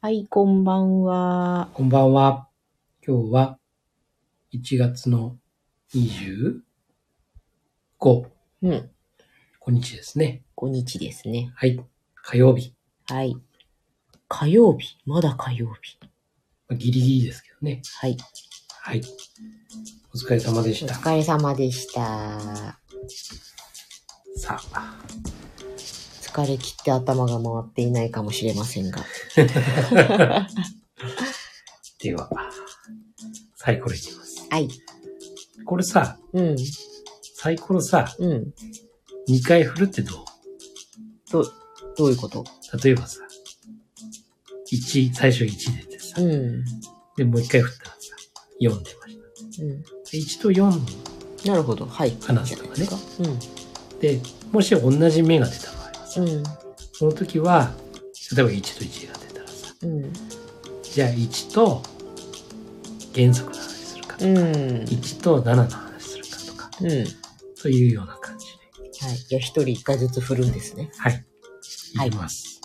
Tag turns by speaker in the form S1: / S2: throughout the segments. S1: はい、こんばんは。
S2: こんばんは。今日は1月の25五
S1: うん、
S2: 日ですね。
S1: 5日ですね。
S2: はい。火曜日。
S1: はい。火曜日、まだ火曜日。
S2: まあギリギリですけどね。
S1: はい。
S2: はい。お疲れ様で
S1: お
S2: した。
S1: 疲れ様でした。
S2: さあ。
S1: 疲れ切って頭が回っていないかもしれませんが。
S2: では、サイコロいきます。
S1: はい。
S2: これさ、
S1: うん、
S2: サイコロさ、
S1: うん。
S2: 2回振るってど
S1: ど、どういうこと
S2: う例えばさ、1、最初1出てさ
S1: う、ん、う
S2: で、もう1回振ったらさ、4出ました。
S1: ん。
S2: 1と4
S1: なるほど。はい。
S2: 話すとか
S1: い
S2: ね
S1: いんじゃないです
S2: で、もし同じ目が出た場合は
S1: か。、
S2: さ
S1: うん、
S2: その時は、例えば1と1が出たらさ、
S1: うん、
S2: じゃあ1と原則の話するかと
S1: うん。
S2: か、
S1: うん。
S2: 1と7の話するかとか、
S1: うん。
S2: そういうような感じで。
S1: はい。じゃあ一人一回ずつ振るんですね。
S2: はい。
S1: はい
S2: いきます。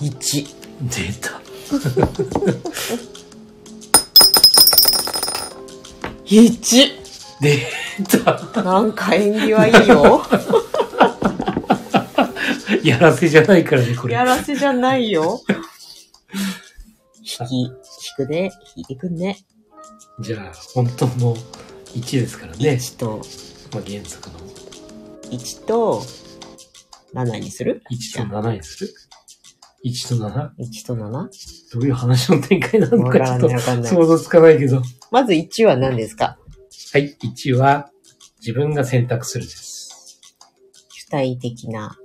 S1: 1。
S2: 出た。
S1: 1!
S2: 出た。
S1: なんか縁起はいいよ。
S2: やらせじゃないからね、こ れ。
S1: やらせじゃないよ。 引き、引くね。引いてくんね。
S2: じゃあ、本当の1ですからね。
S1: 1と、
S2: まあ、原則の
S1: 1と、7にする
S2: 1と7にする ?1 と 7?
S1: ?1 と 7?
S2: どういう話の展開なの
S1: わ
S2: か
S1: か
S2: ち
S1: らな
S2: ょっ
S1: い
S2: と
S1: わかんない。
S2: 想像つかないけど。
S1: まず1は何ですか
S2: はい、1は自分が選択するです。
S1: 主体的な。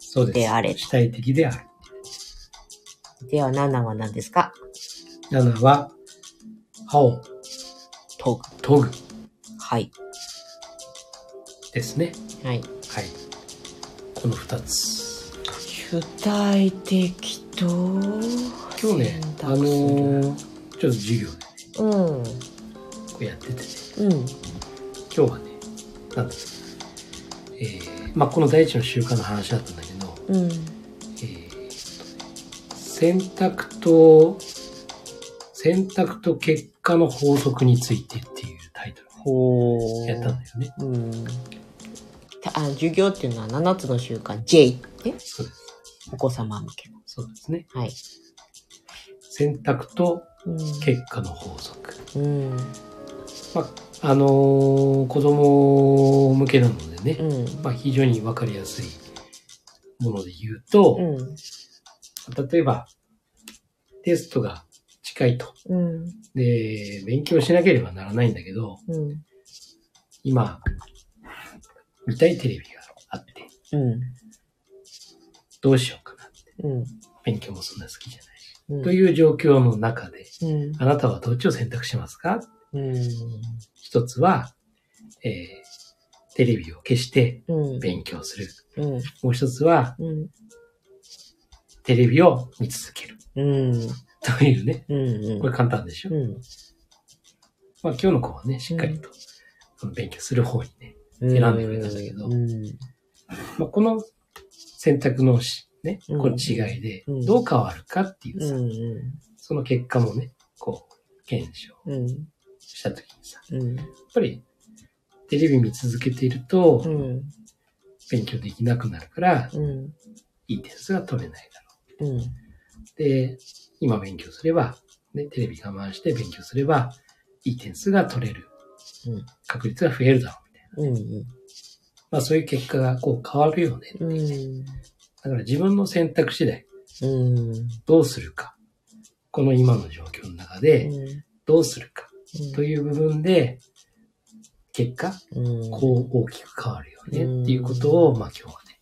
S2: そうです。
S1: であれ
S2: 主体的である。
S1: では7は何ですか
S2: 7は、歯を
S1: トグ。
S2: 研ぐ
S1: はい。
S2: ですね。
S1: はい。
S2: はい。この2つ。
S1: 主体的と、
S2: 今日ね、あのーちょっと授業でね、
S1: うん。
S2: こうやっててね、
S1: うん。
S2: 今日はね、なんだっけえー、まあこの第一の習慣の話だったんだけど、
S1: うん。
S2: えーっとね選択と、選択と結果の法則についてっていうタイトルを
S1: ほ
S2: やったんだよね。
S1: うん。たあ授業っていうのは7つの習慣 J ね。
S2: そうです。
S1: お子様向けの。
S2: そうですね。
S1: はい。
S2: 選択と
S1: うん。
S2: 結果の法則。
S1: うん。
S2: まあ、あのー子供向けなので
S1: う
S2: ね、
S1: ん。
S2: まあ、非常にわかりやすいもので言うと、
S1: うん。
S2: 例えば、テストが近いと。
S1: うん。
S2: で、勉強しなければならないんだけど、
S1: うん。
S2: 今、見たいテレビがあって、
S1: うん。
S2: どうしようかな。
S1: うん。
S2: 勉強もそんな好きじゃないし。
S1: うん。
S2: という状況の中で、
S1: うん。
S2: あなたはどっちを選択しますか
S1: うん。
S2: 一つは、えーテレビを消して
S1: うん。
S2: 勉強する。
S1: うん。
S2: もう一つは、
S1: うん。
S2: テレビを見続ける。
S1: うん。
S2: というね。
S1: うん。
S2: これ簡単でしょ、
S1: うん。
S2: まあ今日の子はね、しっかりと、その勉強する方にね。選んでくれたんだけど
S1: うん。
S2: まあこの選択のし、ね、
S1: うん
S2: この違いで
S1: うん、
S2: どう変わるかっていう
S1: う
S2: さ、
S1: ん。
S2: その結果もね、こう、検証
S1: うん。
S2: したときにさ、
S1: うん。
S2: やっぱり、テレビ見続けていると
S1: う、ん。
S2: 勉強できなくなるから、
S1: うん。
S2: いい点数が取れないだろ
S1: うん。
S2: う。で、今勉強すれば、ね、テレビ我慢して勉強すれば、いい点数が取れる
S1: うん。
S2: 確率が増えるだろう。
S1: うん。
S2: まあそういう結果がこう変わるよね。
S1: うん。
S2: だから自分の選択次第、
S1: うん。
S2: どうするか。この今の状況の中で、どうするか。という部分で、結果、
S1: うん。
S2: こう大きく変わるよねっていうことを、まあ今日はね、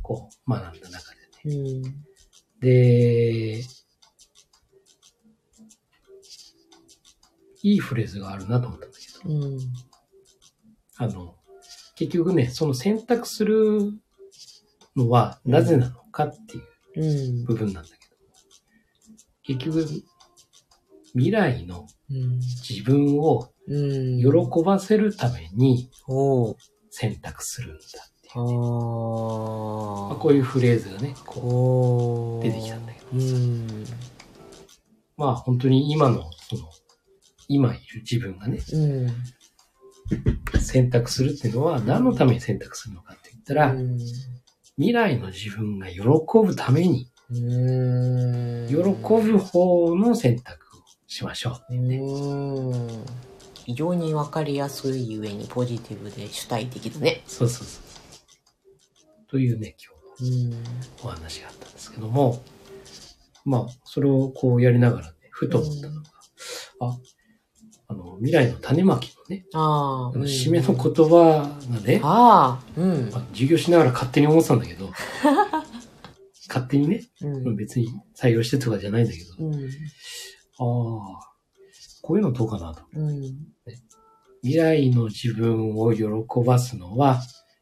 S2: こう学んだ中
S1: う。うん。
S2: でね。で、いいフレーズがあるなと思ったんだけど、
S1: うん。
S2: あの、結局ね、その選択するのはなぜなのかっていう
S1: うん。
S2: 部分なんだけど、結局、未来の
S1: うん。
S2: 自分を
S1: うん。
S2: 喜ばせるために
S1: おう。
S2: 選択するんだって
S1: あ
S2: まあ、
S1: ー。
S2: こういうフレーズがね、こ
S1: お
S2: う
S1: ー
S2: 出てきたんだけど。
S1: うん。
S2: まあ本当に今の、その、今いる自分がね、
S1: うん。
S2: 選択するっていうのは何のために選択するのかって言ったら、
S1: うん
S2: 未来の自分が喜ぶために、
S1: うん。
S2: 喜ぶ方の選択をしましょう。
S1: うん。非常にわかりやすいゆえにポジティブで主体的だね。
S2: そうそうそうそう。というね、今日の
S1: うん。
S2: お話があったんですけども、まあ、それをこうやりながらね、ふと思ったのが、あ、あの、未来の種まきのね、
S1: あ
S2: あ
S1: あ。
S2: の、締めの言葉がね、
S1: あ
S2: ま
S1: あ。うん。
S2: あ、授業しながら勝手に思ってたんだ けど、勝手にね、
S1: うん。
S2: 別に採用してとかじゃないんだけど、
S1: うん。
S2: ああ、こういうのどうかなと。
S1: うん。
S2: 未来の自分を喜ばすのは、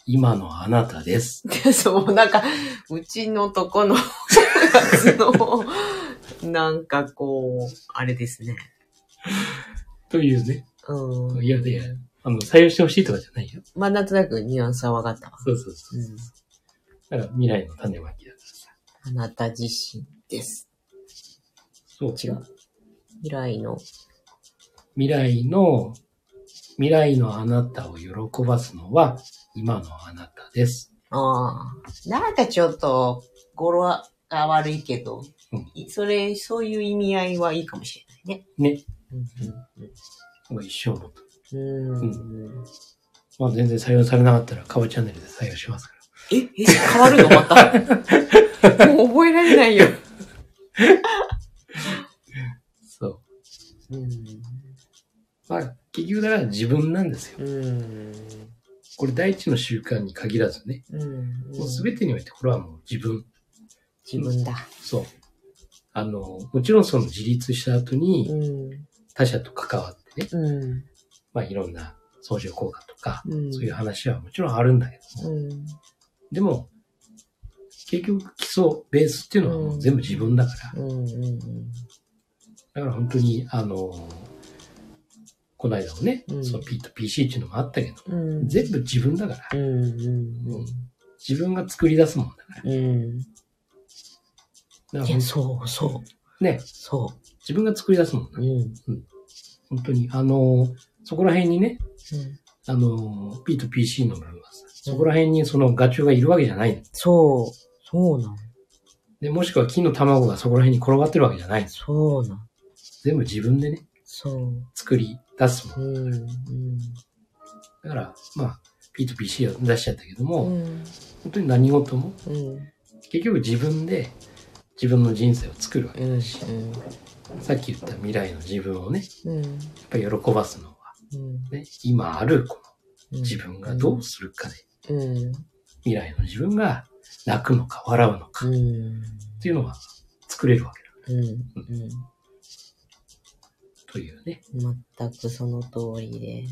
S2: 今のあなたです。
S1: で、 そう、なんか、うちのとこのやつの、なんかこう、あれですね。
S2: というね、
S1: うん。
S2: いやいやあの、採用してほしいとかじゃないよ。
S1: まあ、なんとなくニュアンスは分かったわ。
S2: そうそうそうう。
S1: ん。
S2: だから未来の種まきだからさ。
S1: あなた自身です。
S2: そう。
S1: 違う。未来の、
S2: 未来の、未来のあなたを喜ばすのは、今のあなたです。
S1: ああ、なんかちょっと、語呂が悪いけど、
S2: うん
S1: それ、そういう意味合いはいいかもしれないね。
S2: ね。
S1: うん
S2: もう一生も。
S1: うん。うん。
S2: まあ全然採用されなかったら、カバチャンネルで採用しますか
S1: え、
S2: ら。
S1: え、変わるのまた。 もう覚えられないよ。
S2: そう。
S1: うん。
S2: まあ、結局だから自分なんですよ。
S1: うん。
S2: これ第一の習慣に限らずね。
S1: うん。
S2: もう全てにおいて、これはもう自分。
S1: 自分だ。
S2: そう。あの、もちろんその自立した後
S1: う
S2: に、
S1: ん。
S2: 他者と関わってね、
S1: うん。
S2: まあいろんな相乗効果とか、
S1: うん。
S2: そういう話はもちろんあるんだけども、
S1: うん。
S2: でも、結局基礎、ベースっていうのはもう全部自分だから、
S1: うん。うん。
S2: だから本当に、あのこの間もね、
S1: うん
S2: その P と PC っていうのもあったけど、
S1: うん。
S2: 全部自分だから、
S1: うん。うん。
S2: 自分が作り出すもんだから。
S1: うん。
S2: だ
S1: い
S2: から
S1: や、そう、そう、
S2: ね、
S1: そ
S2: 自分が作り出すもんだ
S1: う。うん。
S2: 本当に、あのそこら辺にね、あの P と PC の部分はさ、そこら辺にそのガチョウがいるわけじゃないの
S1: そう、そうなん。
S2: で、もしくは金の卵がそこら辺に転がってるわけじゃないの
S1: そうなん。
S2: 全部自分でね、
S1: そ
S2: 作り出すもん
S1: う。うん。うん。
S2: だから、まあ、P2PC を出しちゃったけども、
S1: うん。
S2: 本当に何事も、
S1: うん。
S2: 結局自分で自分の人生を作るわけ。
S1: うん。
S2: さっき言った未来の自分をね、
S1: うん。
S2: やっぱり喜ばすのは、
S1: うん。
S2: ね、今あるこ
S1: 음.
S2: の自分がどうするかで、
S1: うん。
S2: 未来の自分が泣くのか笑うのか
S1: う
S2: っ
S1: ん。
S2: ていうのが作れるわけだ
S1: うん。うん。
S2: というね。
S1: 全くその通りで。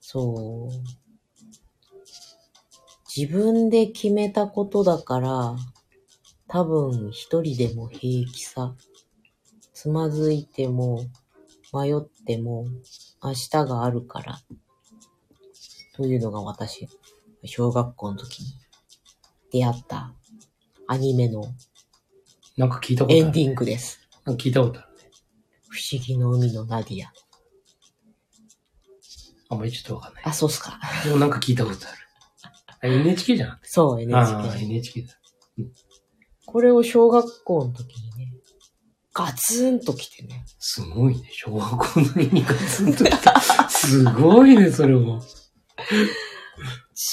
S1: そう。自分で決めたことだから、多分一人でも平気さ。つまずいても、迷っても、明日があるから。というのが私、小学校の時に出会ったアニメの
S2: なんか聞いたことあ
S1: エ
S2: る。
S1: ンディングです。
S2: なんか聞いたことあるね。
S1: 不思議の海のナディア。
S2: あんまりちょっとわかんない。
S1: あ、そうっすか。
S2: でもなんか聞いたことある。あ NHK じゃん。
S1: そう、
S2: ああ、
S1: NHK。
S2: NHK だ。
S1: これを小学校の時にね、ガツンと来てね。
S2: すごいね。小学校の時にガツンときた。すごいね、それも。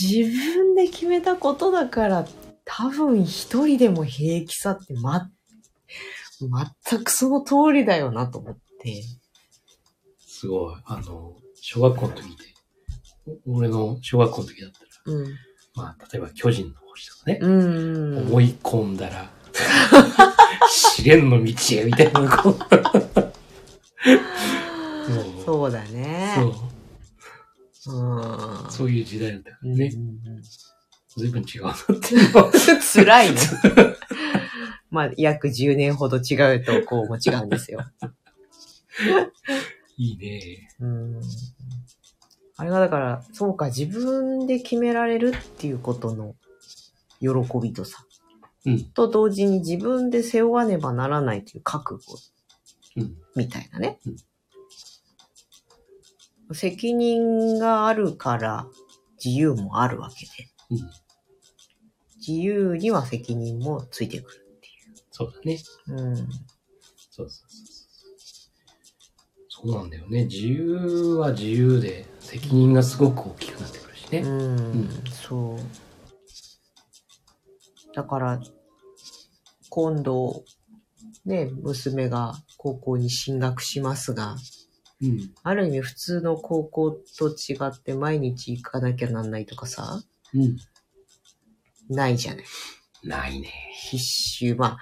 S1: 自分で決めたことだから、多分一人でも平気さってま、全くその通りだよなと思って。
S2: すごい。あの、小学校の時で、お俺の小学校の時だったら、
S1: うん。
S2: まあ、例えば巨人の星とかね、
S1: うん。
S2: 思い込んだら、試練の道へ、みたいな、こう。そう
S1: そうだ
S2: そ
S1: ね。
S2: う。
S1: うん。
S2: そういう時代だったから
S1: ね
S2: ね。。随分違うなっていうのは。
S1: 辛いね。まあ、約10年ほど違うと、こうも違うんですよ。
S2: いいね。
S1: うんあれがだから、そうか、自分で決められるっていうことの喜びとさ。
S2: うん
S1: と同時に自分で背負わねばならないという覚悟
S2: うん。
S1: みたいなね。責任があるから自由もあるわけで。
S2: うん。
S1: 自由には責任もついてくるってい
S2: そうだね。
S1: う。うん。
S2: そうそうそうそう。そうなんだよね。自由は自由で、責任がすごく大きくなってくるしね。
S1: うん、そう。だから、今度、ね、娘が高校に進学しますが、
S2: うん。
S1: ある意味普通の高校と違って毎日行かなきゃなんないとかさ、
S2: うん。
S1: ないじゃない。
S2: ないね。
S1: 必修、まあ、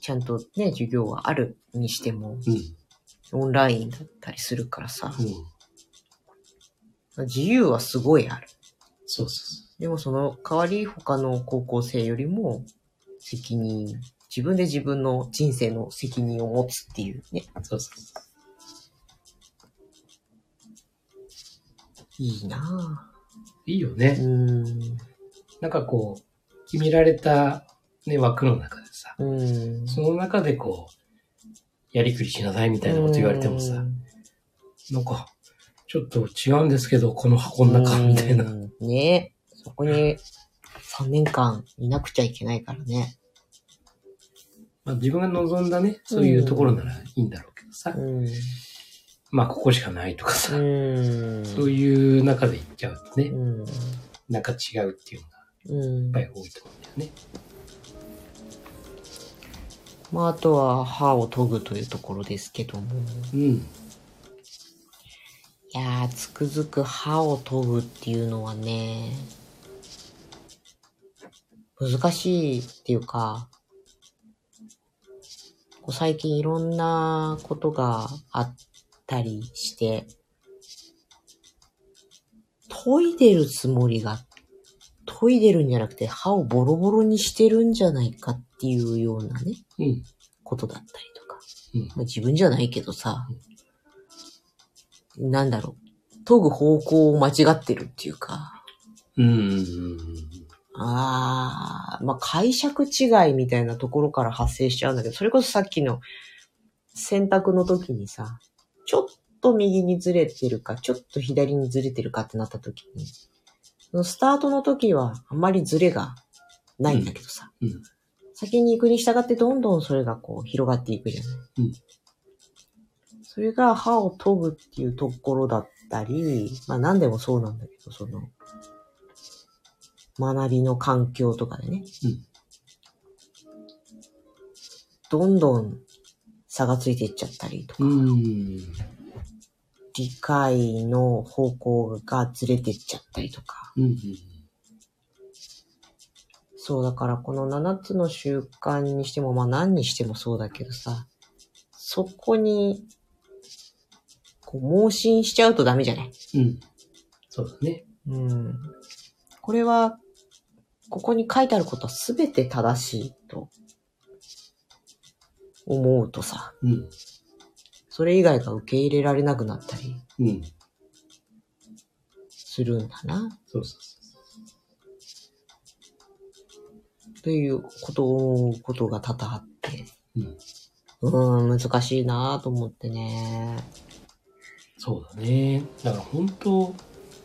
S1: ちゃんとね、授業はあるにしても、
S2: うん。
S1: オンラインだったりするからさ
S2: う、ん。
S1: 自由はすごいある。
S2: そうそうそ
S1: でもその代わり他の高校生よりも責任、自分で自分の人生の責任を持つっていうね、
S2: う。そうそうそう。
S1: いいない
S2: いよ
S1: ぁ。
S2: ね。
S1: う
S2: なんかこう、決められた、ね、枠の中でさ、
S1: ーん。うん。
S2: その中でこう、やりくりしなさいみたいなこと言われてもさ、なんか、ちょっと違うんですけど、この箱
S1: うん、
S2: の中、みたいな。
S1: うん。ねそこに3年間いなくちゃいけないからね。
S2: まあ、自分が望んだね、そういうところならいいんだろうけどさ、
S1: うん。う
S2: まあ、ここしかないとかさ、
S1: ん。
S2: そういう中で行っちゃうとね、
S1: うん。
S2: なんか違うっていうのが
S1: うん。
S2: やっぱり多いと思うんだよね。
S1: まあ、あとは歯を研ぐというところですけども。
S2: うん。
S1: いやー、つくづく歯を研ぐっていうのはね、難しいっていうか、こう最近いろんなことがあったりして、研いでるつもりが、研いでるんじゃなくて歯をボロボロにしてるんじゃないかっていうようなね、
S2: うん。
S1: ことだったりとか。
S2: うん。
S1: まあ、自分じゃないけどさ、なんだろう、研ぐ方向を間違ってるっていうか、
S2: うん。うん
S1: あー、まあ、解釈違いみたいなところから発生しちゃうんだけど、それこそさっきの選択の時にさ、ちょっと右にずれてるか、ちょっと左にずれてるかってなった時に、そのスタートの時はあんまりずれがないんだけどさ、
S2: うんうん
S1: 先に行くに従ってどんどんそれがこう広がっていくじゃない。
S2: うん
S1: それが歯を研ぐっていうところだったり、まあ何でもそうなんだけど、その、学びの環境とかでね、
S2: うん
S1: どんどん差がついていっちゃったりとか、
S2: うん。
S1: 理解の方向がずれていっちゃったりとか、
S2: うん。
S1: そうだからこの7つの習慣にしても、まあ何にしてもそうだけどさ、そこに、こう、盲信しちゃうとダメじゃない
S2: うん。そうだね。
S1: うん。これは、ここに書いてあることは全て正しいと思うとさ、
S2: うん。
S1: それ以外が受け入れられなくなったり
S2: うん。
S1: するんだな、
S2: そうそうそ
S1: ということを思うことが多々あって、
S2: う。うん。
S1: うーん、難しいなぁと思ってね。
S2: そうだね。だから本当、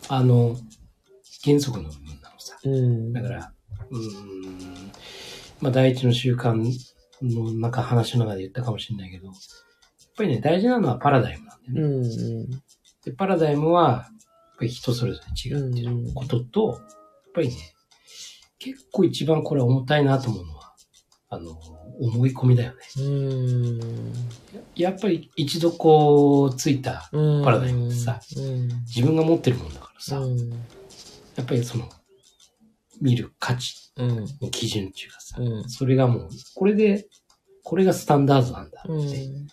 S2: あの、原則の部分なのさ。
S1: うん。
S2: だから、うーん。まあ、第一の習慣の中、話の中で言ったかもしれないけど、やっぱりね、大事なのはパラダイムなんだよね。
S1: うん、
S2: で、パラダイムは、やっぱり人それぞれ違うっていうことと、やっぱりね、結構一番これ重たいなと思うのは、あの、思い込みだよね。
S1: うん。
S2: やっぱり一度こう、ついた、
S1: うん。
S2: パラダイムってさ、
S1: うん。
S2: 自分が持ってるもんだからさ、
S1: うん。
S2: やっぱりその、見る価値
S1: うん。
S2: の基準っていうかさ、
S1: うん。
S2: それがもう、これで、これがスタンダードなんだって、
S1: うん。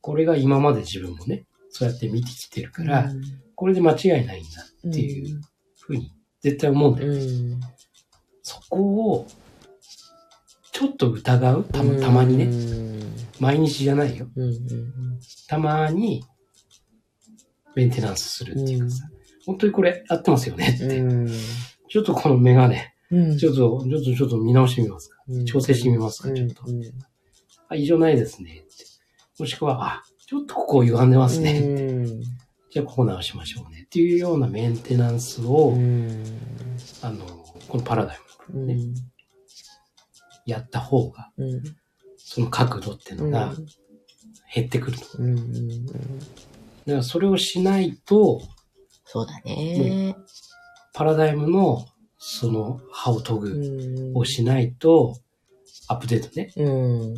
S2: これが今まで自分もね、そうやって見てきてるから、これで間違いないんだっていうふうに、絶対思うんだよね
S1: うん。
S2: そこを、ちょっと疑うたまたまにね、
S1: ね。
S2: 毎日じゃないよ。
S1: うん。うん。
S2: たまに、メンテナンスするっていうかさ、本当にこれ合ってますよねっ
S1: う
S2: て。
S1: ん。
S2: ちょっとこのメガネ、
S1: うん。
S2: ちょっと、ちょっと、ちょっと見直してみますか。
S1: うん
S2: 調整してみます
S1: う
S2: か、
S1: ん
S2: ちょっと。
S1: うん
S2: あ、異常ないですねって。もしくは、あ、ちょっとここ歪んでますね。
S1: うん
S2: じゃあここ直しましょうね。っていうようなメンテナンスを、
S1: うん。
S2: あの、このパラダイム
S1: う
S2: の
S1: ん
S2: 部分ね、やった方が、
S1: うん。
S2: その角度っていう
S1: う
S2: の
S1: ん。
S2: が減ってくると。
S1: うんうん。
S2: だからそれをしないと、
S1: そうだね。
S2: パラダイムのその歯を研ぐ
S1: うん
S2: をしないと、アップデートね。
S1: うん。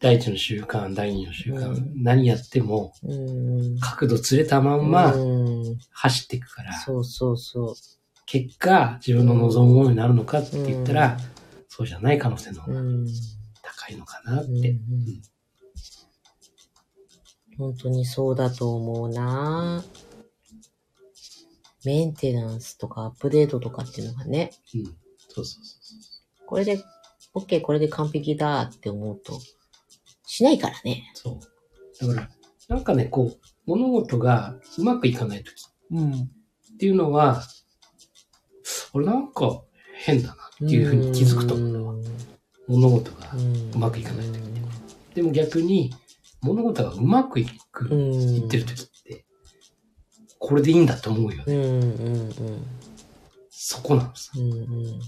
S2: 第一の習慣、第二の習慣、
S1: うん
S2: 何やっても
S1: うん。
S2: 角度ずれたまんま
S1: うん
S2: 走っていくから、
S1: そうそうそ
S2: 結果自分の望むものになるのかって言ったら、そうじゃない可能性の
S1: う。
S2: 方
S1: う
S2: が
S1: ん。
S2: 高いのかなって。
S1: うんうん本当にそうだと思うなメンテナンスとかアップデートとかっていうのがね、
S2: うんそうそうそう
S1: これで、OK、これで完璧だって思うと、しないからね。
S2: そう。そう。だから、なんかね、こう、物事がうまくいかないとき
S1: うん。
S2: っていうのは、俺なんか変だなっていうふうに気づくと思う。
S1: う。
S2: 物事が
S1: う。ん
S2: うまくいかない時ねでも逆に、物事がうまくいく、
S1: うん。
S2: いってる時って、これでいいんだと思うよ
S1: う
S2: ね。
S1: んうん
S2: そこなんです。
S1: うん。うん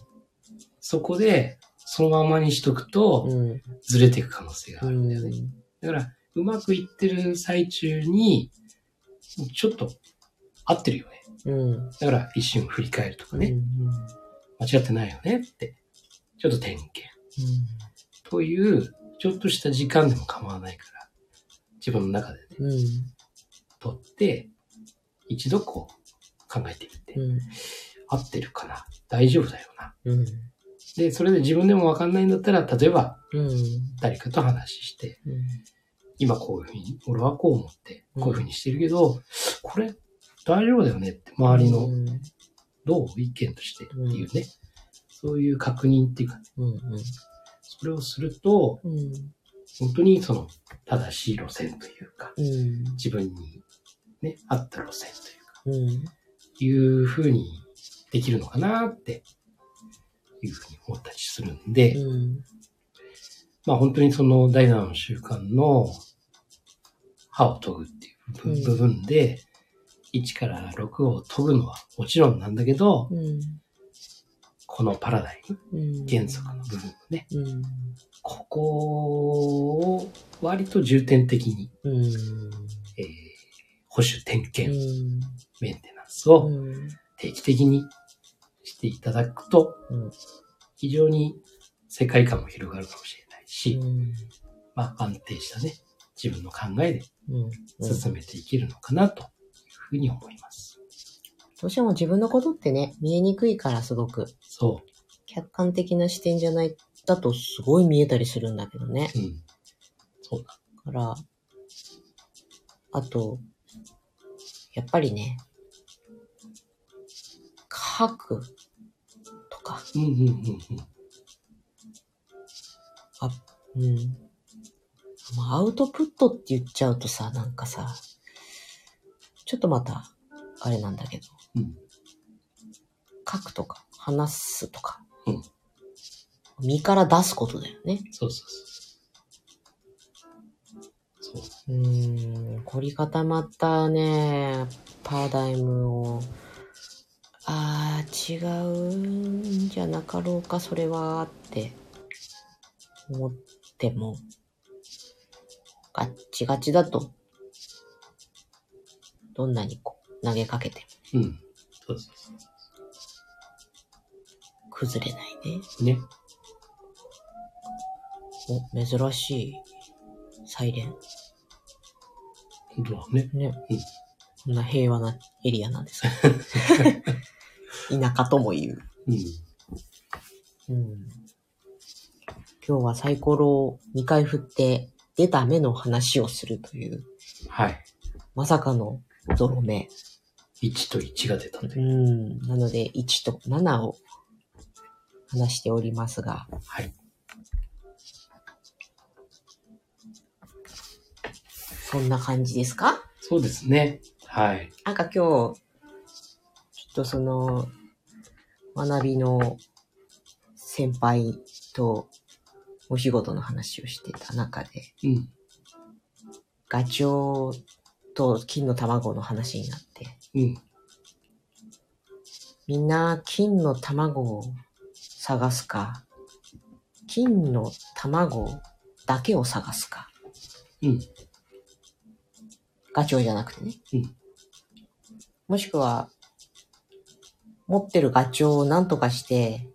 S2: そこで、そのままにしとくと、
S1: うん。うん。
S2: ずれていく可能性があ
S1: う
S2: るんだよね。
S1: ん。
S2: だから、うまくいってる最中に、ちょっと合ってるよ
S1: う
S2: ね。
S1: ん。
S2: だから、一瞬振り返るとか
S1: う
S2: ね、
S1: ん。
S2: 間違ってないよねって、ちょっと点検。という、ちょっとした時間でも構わないから、自分の中でね、
S1: うん。
S2: 取って、一度こう、考えてみて、
S1: うん。
S2: 合ってるかな大丈夫だよな。
S1: うん。
S2: で、それで自分でもわかんないんだったら、例えば、
S1: うん。
S2: 誰かと話して、
S1: うん
S2: 今こういうふうに、俺はこう思って、こういうふうにしてるけど、これ、大丈夫だよねって、周り
S1: う
S2: の、
S1: ん
S2: どう意見としてっていうね、そういう確認っていうか、
S1: うん
S2: それをすると、
S1: うん
S2: 本当にその、正しい路線というか、
S1: うん
S2: 自分に、ね、合った路線というか、
S1: うん
S2: いうふうにできるのかなっていうふうに思ったりするんで、
S1: うん
S2: まあ本当にその第7の習慣の歯を研ぐってい
S1: う
S2: う
S1: ん
S2: 部部分で、1から6を研ぐのはもちろんなんだけど、
S1: うん
S2: このパラダイム、
S1: うん
S2: 原則の部分のね、
S1: うん
S2: ここを割と重点的に、
S1: うん
S2: えー保守点
S1: う
S2: 検、
S1: ん
S2: メンテナンスを
S1: うん
S2: 定期的にしていただくと、
S1: うん
S2: 非常に世界観も広がるかもしれないし、
S1: うん
S2: まあ安定したね、自分の考えで
S1: うん
S2: 進めていけるのかなというふうに思います。
S1: どうしても自分のことってね、見えにくいからすごく、
S2: そ
S1: 客観的な視点じゃない、だとすごい見えたりするんだけどね。
S2: う。うん。そうだ。
S1: だから、あと、やっぱりね、書くとか、
S2: うんうんうんうん。
S1: あ、うん。まあ、アウトプットって言っちゃうとさ、なんかさ、ちょっとまた、あれなんだけど、
S2: うん
S1: 書くとか、話すとか、
S2: うん
S1: 身から出すことだよね。
S2: そうそうそうそう。そう
S1: うーん、凝り固まったね、パラダイムを、あー、違うんじゃなかろうか、それは、って思っても、ガッチガチだと、どんなにこう、投げかけて
S2: だ。うん。そうそうそ
S1: も崩れないね。
S2: う。ね。
S1: お、珍しい、サイレン。
S2: 本当はね。
S1: ね
S2: うん。
S1: こんな平和なエリアなんですけど 田舎とも言う。
S2: うん。
S1: うん今日はサイコロを2回振って出た目の話をするという、
S2: はい。
S1: まさかのゾロ目。
S2: 1と1が出たんで。
S1: うん。なので1と7を話しておりますが、
S2: はい。
S1: そんな感じですか
S2: そうですね。はい。
S1: なんか今日、ちょっとその、学びの先輩とお仕事の話をしてた中で、
S2: うん。
S1: ガチョウと金の卵の話になって、
S2: うん。
S1: みんな金の卵を探すか、金の卵だけを探すか、
S2: うん。
S1: ガチョウじゃなくてね。
S2: うん
S1: もしくは、持ってるガチョウを何とかして、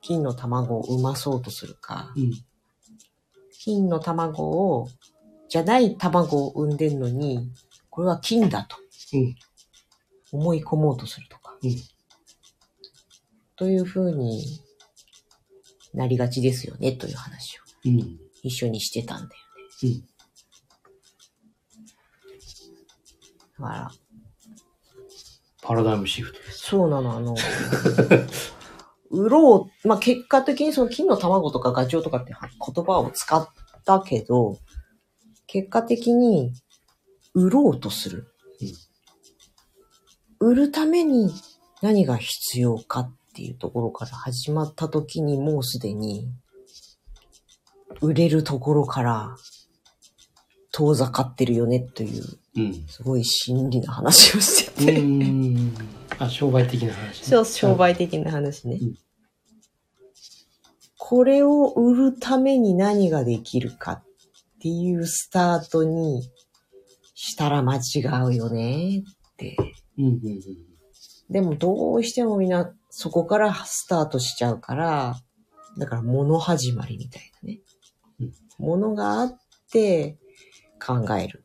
S1: 金の卵を産まそうとするか、
S2: うん。
S1: 金の卵を、じゃない卵を産んでるのに、これは金だと
S2: うん。
S1: 思い込もうとするとか、
S2: うん
S1: というふうになりがちですよねという話を
S2: うん。
S1: 一緒にしてたんだよね。
S2: うん。
S1: だから、
S2: パラダイムシフトです。
S1: そうなの、あの、売ろう、まあ、結果的にその金の卵とかガチョウとかって言葉を使ったけど、結果的に売ろうとする。売るために何が必要かっていうところから始まった時にもうすでに、売れるところから遠ざかってるよねという、
S2: うん。
S1: すごい心理な話をして
S2: う
S1: て。
S2: ん。あ、商売的な話、ね。
S1: そう、商売的な話ね。
S2: うん
S1: これを売るために何ができるかっていうスタートにしたら間違うよねって。
S2: うん。うん。うん。
S1: でもどうしてもみんなそこからスタートしちゃうから、だから物始まりみたいなね
S2: うん。
S1: 物があって考える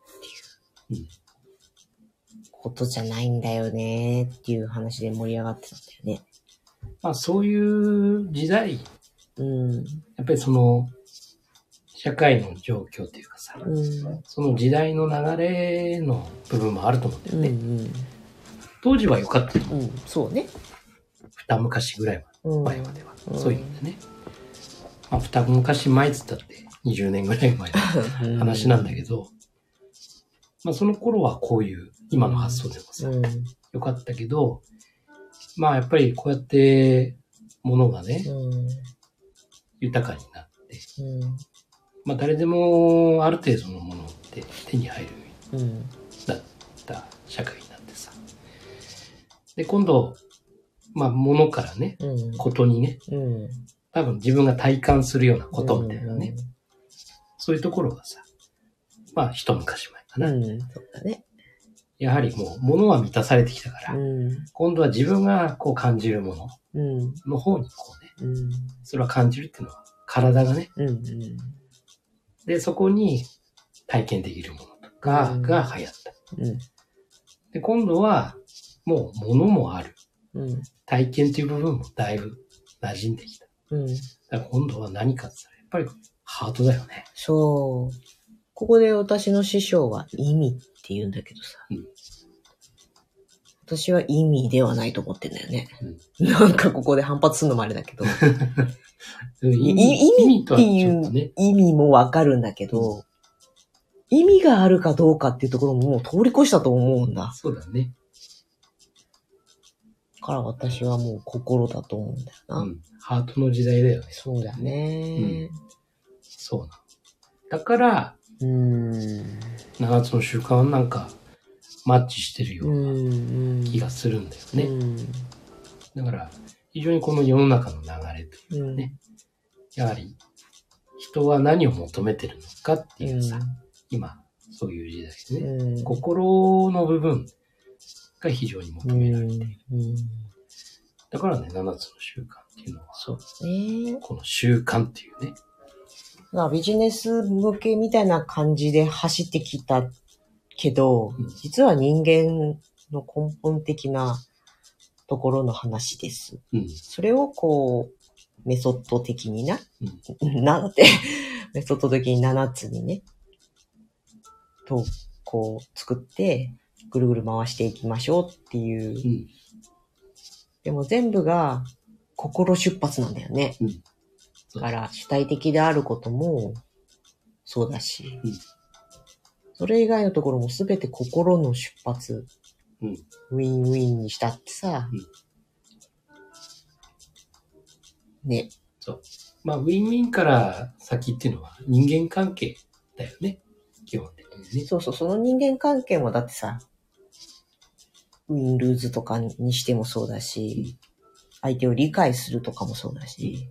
S1: っていう
S2: うん
S1: ことじゃないんだよねっていう話で盛り上がってたんだよね。
S2: まあ、そういう時代、
S1: うん。
S2: やっぱりその、社会の状況というかさ、
S1: うん。
S2: その時代の流れの部分もあると思うんだよ
S1: うんう
S2: ね。
S1: ん。
S2: 当時は良かったよ。
S1: うん、そうね。
S2: 二昔ぐらい
S1: うん。
S2: 前までは。
S1: うん
S2: そういうんだね。まあ、二昔前っつったって20年ぐらい前の話なんだけど、まあ、その頃はこういう今の発想でもさ、
S1: うん。
S2: 良かったけど、まあやっぱりこうやって物がね、
S1: うん。
S2: 豊かになって、
S1: うん。
S2: まあ誰でもある程度のものって手に入るよ
S1: うん。
S2: うになった社会になってさ。で、今度、まあ物からね、
S1: うん。
S2: ことにね、
S1: うん。
S2: 多分自分が体感するようなことみたいなね、そういうところがさ、まあ一昔前か
S1: うん。
S2: な。
S1: うん。そうだね。
S2: やはりもう物は満たされてきたか
S1: う
S2: ら、
S1: ん。
S2: 今度は自分がこう感じるもの
S1: うん。
S2: の方にこうね、
S1: うん。
S2: それは感じるっていうのは体がね、
S1: うん。
S2: で、そこに体験できるものとか
S1: うん
S2: が流行った。
S1: うん。
S2: で、今度はもう物もある。
S1: うん。
S2: 体験という部分もだいぶ馴染んできた。
S1: うん。
S2: だから今度は何かって言ったらやっぱりハートだよね。
S1: そう。ここで私の師匠は意味って言うんだけどさ。
S2: うん
S1: 私は意味ではないと思ってんだよね。
S2: う
S1: なんかここで反発するのもあれだけど。
S2: うん
S1: い
S2: 意
S1: 意味
S2: 味
S1: って
S2: とはち
S1: い
S2: ょっとね
S1: う。意味もわかるんだけど、意味があるかどうかっていうところももう通り越したと思うんだ。
S2: そうだね。
S1: だから私はもう心だと思うんだよな。
S2: うん。ハートの時代だよね。
S1: そうだよね。
S2: そうなの。だから、
S1: うーん。
S2: 7つの習慣はなんかマッチしてるよ
S1: う。
S2: うなん気がするんだよ
S1: ね。
S2: ね。だから、非常にこの世の中の流れと
S1: うん。
S2: ねやはり人は何を求めてるのかっていうさ、今そういう時代でね、
S1: うん。
S2: 心の部分が非常に求められている。
S1: うん。
S2: だからね、7つの習慣っていうのは、
S1: そうね。
S2: この習慣っていうね、
S1: まあビジネス向けみたいな感じで走ってきたけど
S2: うん、
S1: 実は人間の根本的なところの話です。
S2: うん、
S1: それをこう、メソッド的にな、なんて、 メソッド的に7つにね、と、こう作って、ぐるぐる回していきましょうっていう
S2: う。ん、
S1: でも全部が心出発なんだよね。
S2: うん
S1: だから主体的であることもそうだし、
S2: うん
S1: それ以外のところも全て心の出発
S2: うん
S1: ウィンウィンにしたってさ、
S2: うん
S1: ね、
S2: まあ、ウィンウィンから先っていうのは人間関係だよね。基本的にね。
S1: そうそう、その人間関係もだってさ、ウィンルーズとかにしてもそうだし、相手を理解するとかもそうだし、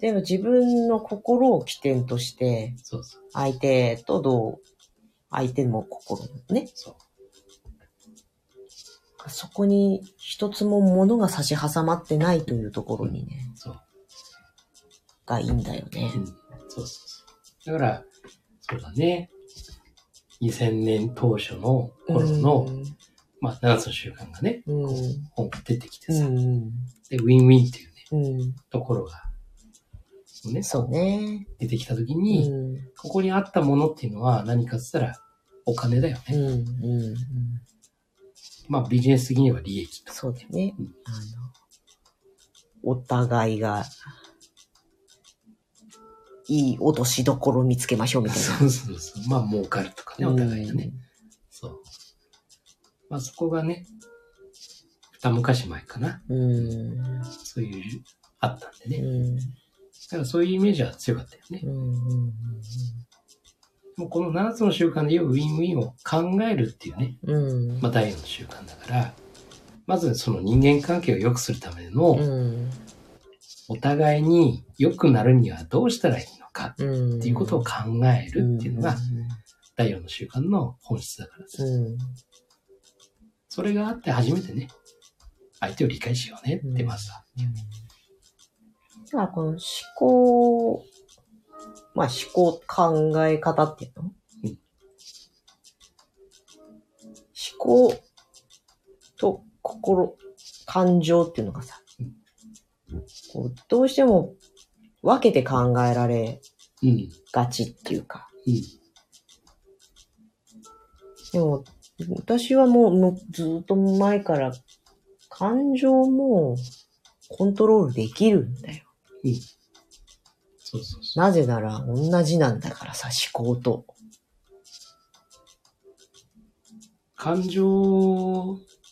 S1: 全部自分の心を起点として、
S2: そうそう。
S1: 相手とどう、相手も心もね、
S2: そう。
S1: そこに一つも物が差し挟まってないというところにね、
S2: そう。
S1: がいいんだよね
S2: う。ん。そうそうそう。だから、そうだね。2000年当初の頃の、まあ、7つの習慣がね、
S1: うん、
S2: 本が出てきて
S1: う
S2: さ、
S1: ん、
S2: で、ウィンウィンっていうね、
S1: うん、
S2: ところが、ね、
S1: そうね。
S2: 出てきたとき
S1: う
S2: に、
S1: ん、
S2: ここにあったものっていうのは何かっつったら、お金だよ
S1: うん、
S2: ね。
S1: うん、
S2: まあ、ビジネス的には利益と。
S1: そうだよね
S2: うん。
S1: あの、お互いが、いい落としどころを見つけましょうみたいな。
S2: そうそうそう。まあ、儲かるとかね、お互いがね。そう。まあそこがね、二昔前かな。
S1: うん。うん。
S2: そういう、あったんで
S1: う
S2: ね。
S1: ん。
S2: だからそういうイメージは強かったよね。
S1: うん。うん。
S2: もうこの7つの習慣でいうウィンウィンを考えるっていうね、
S1: うん。
S2: まあ第4の習慣だから、まずその人間関係を良くするため
S1: う
S2: の、
S1: ん。
S2: お互いに良くなるにはどうしたらいいのか
S1: うん。
S2: っていうことを考えるっていうのが第4の習慣の本質だから
S1: う
S2: さ。
S1: ん。
S2: それがあって初めてね、相手を理解しようねってまずは。
S1: だからこの思考、まあ思考、考え方っていうの、
S2: うん
S1: 思考と心、感情っていうのがさ、
S2: うん
S1: こうどうしても分けて考えられ
S2: うん。
S1: がちっていうか、
S2: うん。
S1: でも私はもうむずっと前から感情もコントロールできるんだよ。
S2: そうそうそう。
S1: なぜなら同じなんだからさ、思考と。
S2: 感情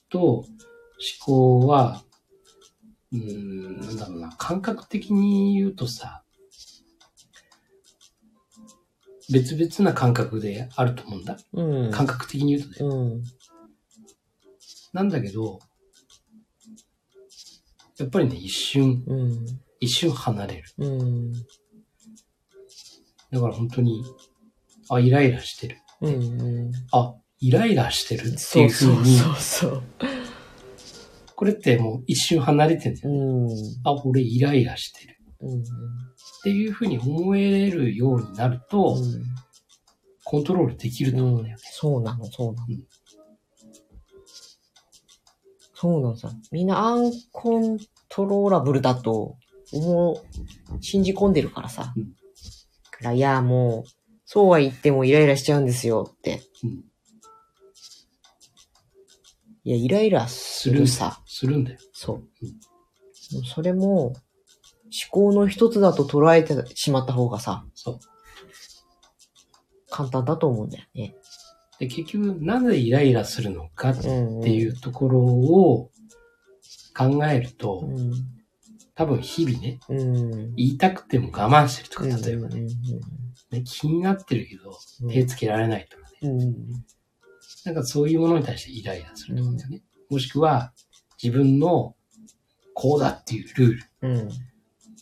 S2: と思考は、うーん、なんだろうな、感覚的に言うとさ、別々な感覚であると思うんだ。
S1: うん。
S2: 感覚的に言うとね。
S1: うん。
S2: なんだけど、やっぱりね、一瞬、
S1: うん。
S2: 一瞬離れる。
S1: うん。
S2: だから本当に、あ、イライラしてる。
S1: うん。
S2: あ、イライラしてるって
S1: そ
S2: いう
S1: う
S2: ふう
S1: そう
S2: に、
S1: そうそう。
S2: これってもう一瞬離れてんだよ。
S1: うん。
S2: あ、俺イライラしてる。
S1: うん。
S2: っていうふうに思えるようになると、コントロールできると思うんだよね。
S1: そうなの、そうなの
S2: うん。
S1: そうなのさ。みんなアンコントローラブルだと思う、信じ込んでるからさ。
S2: うん
S1: だから、いや、もう、そうは言ってもイライラしちゃうんですよって。
S2: うん
S1: いや、イライラするさ。
S2: するんだよ。
S1: そう
S2: う。
S1: でもそれも、思考の一つだと捉えてしまった方がさ、
S2: そう。
S1: 簡単だと思うんだよね。
S2: で、結局、なぜイライラするのかって
S1: ん
S2: いうところを考える
S1: う
S2: と、
S1: ん。
S2: 多分日々ね、
S1: うん。
S2: 言いたくても我慢してるとか、
S1: うん
S2: 例えばね、。
S1: う
S2: ね気になってるけど、
S1: ん
S2: 手つけられないとかね。
S1: うん。
S2: なんかそういうものに対してイライラするとかだよね。もしくは、自分のこうだっていうルール、
S1: うん。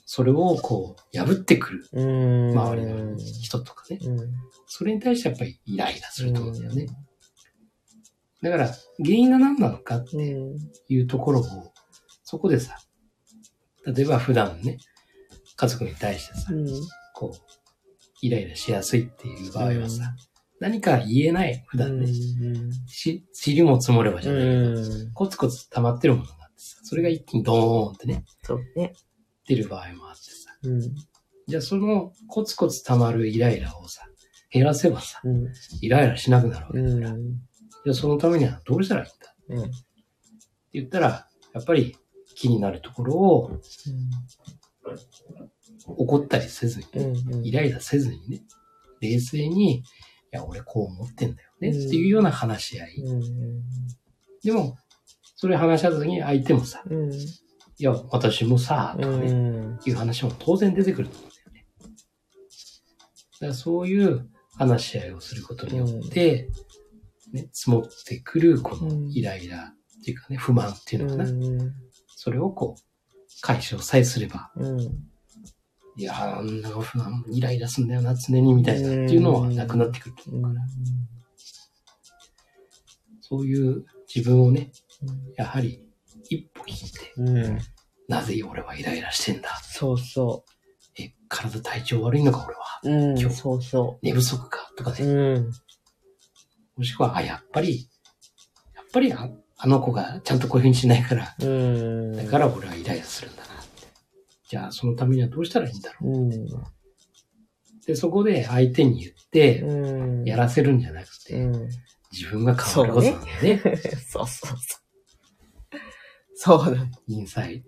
S2: それをこう、破ってくる
S1: うん。
S2: 周りの人とかね。
S1: うん。
S2: それに対してやっぱりイライラすると思うんだよね。だから、原因が何なのかって
S1: うん。
S2: いうところを、そこでさ、例えば普段ね、家族に対してさ
S1: う、ん。
S2: こう、イライラしやすいっていう場合はさ、何か言えない、普段ね、し、尻も積もればじ
S1: う
S2: ゃないけど、
S1: ん。
S2: コツコツ溜まってるものがあってさ、それが一気にドーンってね、
S1: そうね。
S2: 出る場合もあってさ、
S1: うん。
S2: じゃあそのコツコツ溜まるイライラをさ、減らせばさ、
S1: うん。
S2: イライラしなくなるわけだから、
S1: う
S2: じ
S1: ん。
S2: ゃあそのためにはどうしたらいいんだ
S1: うん。
S2: って言ったら、やっぱり気になるところを怒ったりせずに、
S1: うん。
S2: イライラせずにね、冷静に、いや、俺こう思ってんだよね、っていうような話し合い
S1: うん。
S2: でも、それ話し合った時に相手もさ、
S1: うん。
S2: いや、私もさ、と
S1: う
S2: かね、
S1: ん。
S2: いう話も当然出てくると思うんだよね。だからそういう話し合いをすることによって、ね、積もってくるこのイライラっていうかね、不満っていうのかな。
S1: うん。
S2: それをこう、解消さえすれば、
S1: うん。
S2: いやー、なんだか不安、イライラすんだよな、常にみたいなっていうのはなくなってくると思うから、そういう自分をね、やはり一歩引いて、
S1: うん。
S2: なぜ俺はイライラしてんだ。
S1: そうそ
S2: え、体体調悪いのか俺は。
S1: う。うん。
S2: 今日
S1: そうそ
S2: 寝不足かとかね
S1: う。。うん。
S2: もしくは、あ、やっぱり、やっぱりああの子がちゃんとこういう風にしないから、
S1: うん。
S2: だから俺はイライラするんだなって。じゃあそのためにはどうしたらいいんだろ
S1: うん。
S2: う。で、そこで相手に言って、
S1: うん。
S2: やらせるんじゃなく
S1: う
S2: て、
S1: ん。
S2: 自分が変わることなんだよね。
S1: そうそうそう。そうだ。
S2: インサイ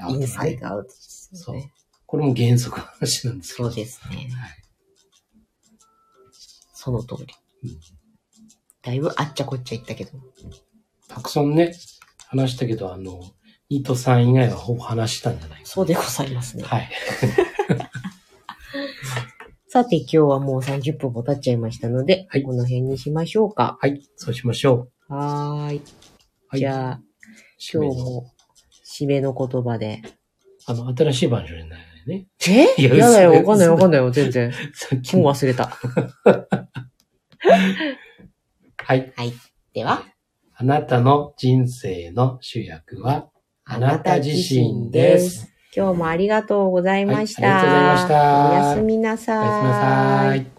S2: ド。
S1: インサイドアウトですよね。
S2: これも原則の話なんですけ
S1: そう
S2: ど。
S1: ですね。
S2: はい
S1: その通り
S2: うん。
S1: だいぶあっちゃこっちゃ言ったけど。
S2: たくさんね、話したけど、あの、ニートさん以外はほぼ話したんじゃない
S1: そうでございますね。
S2: はい。
S1: さて今日はもう30分も経っちゃいましたので、
S2: はい
S1: この辺にしましょうか。
S2: はい、そうしましょ
S1: はーい。
S2: う。はい、
S1: じゃあ、今
S2: 締め
S1: 日
S2: の、
S1: も締めの言葉で。
S2: あの、新しいバージョンじゃないよね。
S1: え
S2: いや
S1: やだよ、
S2: 嘘
S1: わかんないわかんないよ、全 然。
S2: さっき
S1: もう
S2: の。
S1: 忘れた。
S2: はい。
S1: はい。では、
S2: あなたの人生の主役は、あなた自身です。
S1: 今日もありがとうございました。
S2: はいありがとうございました
S1: おやすみなさー
S2: おやすみなさい。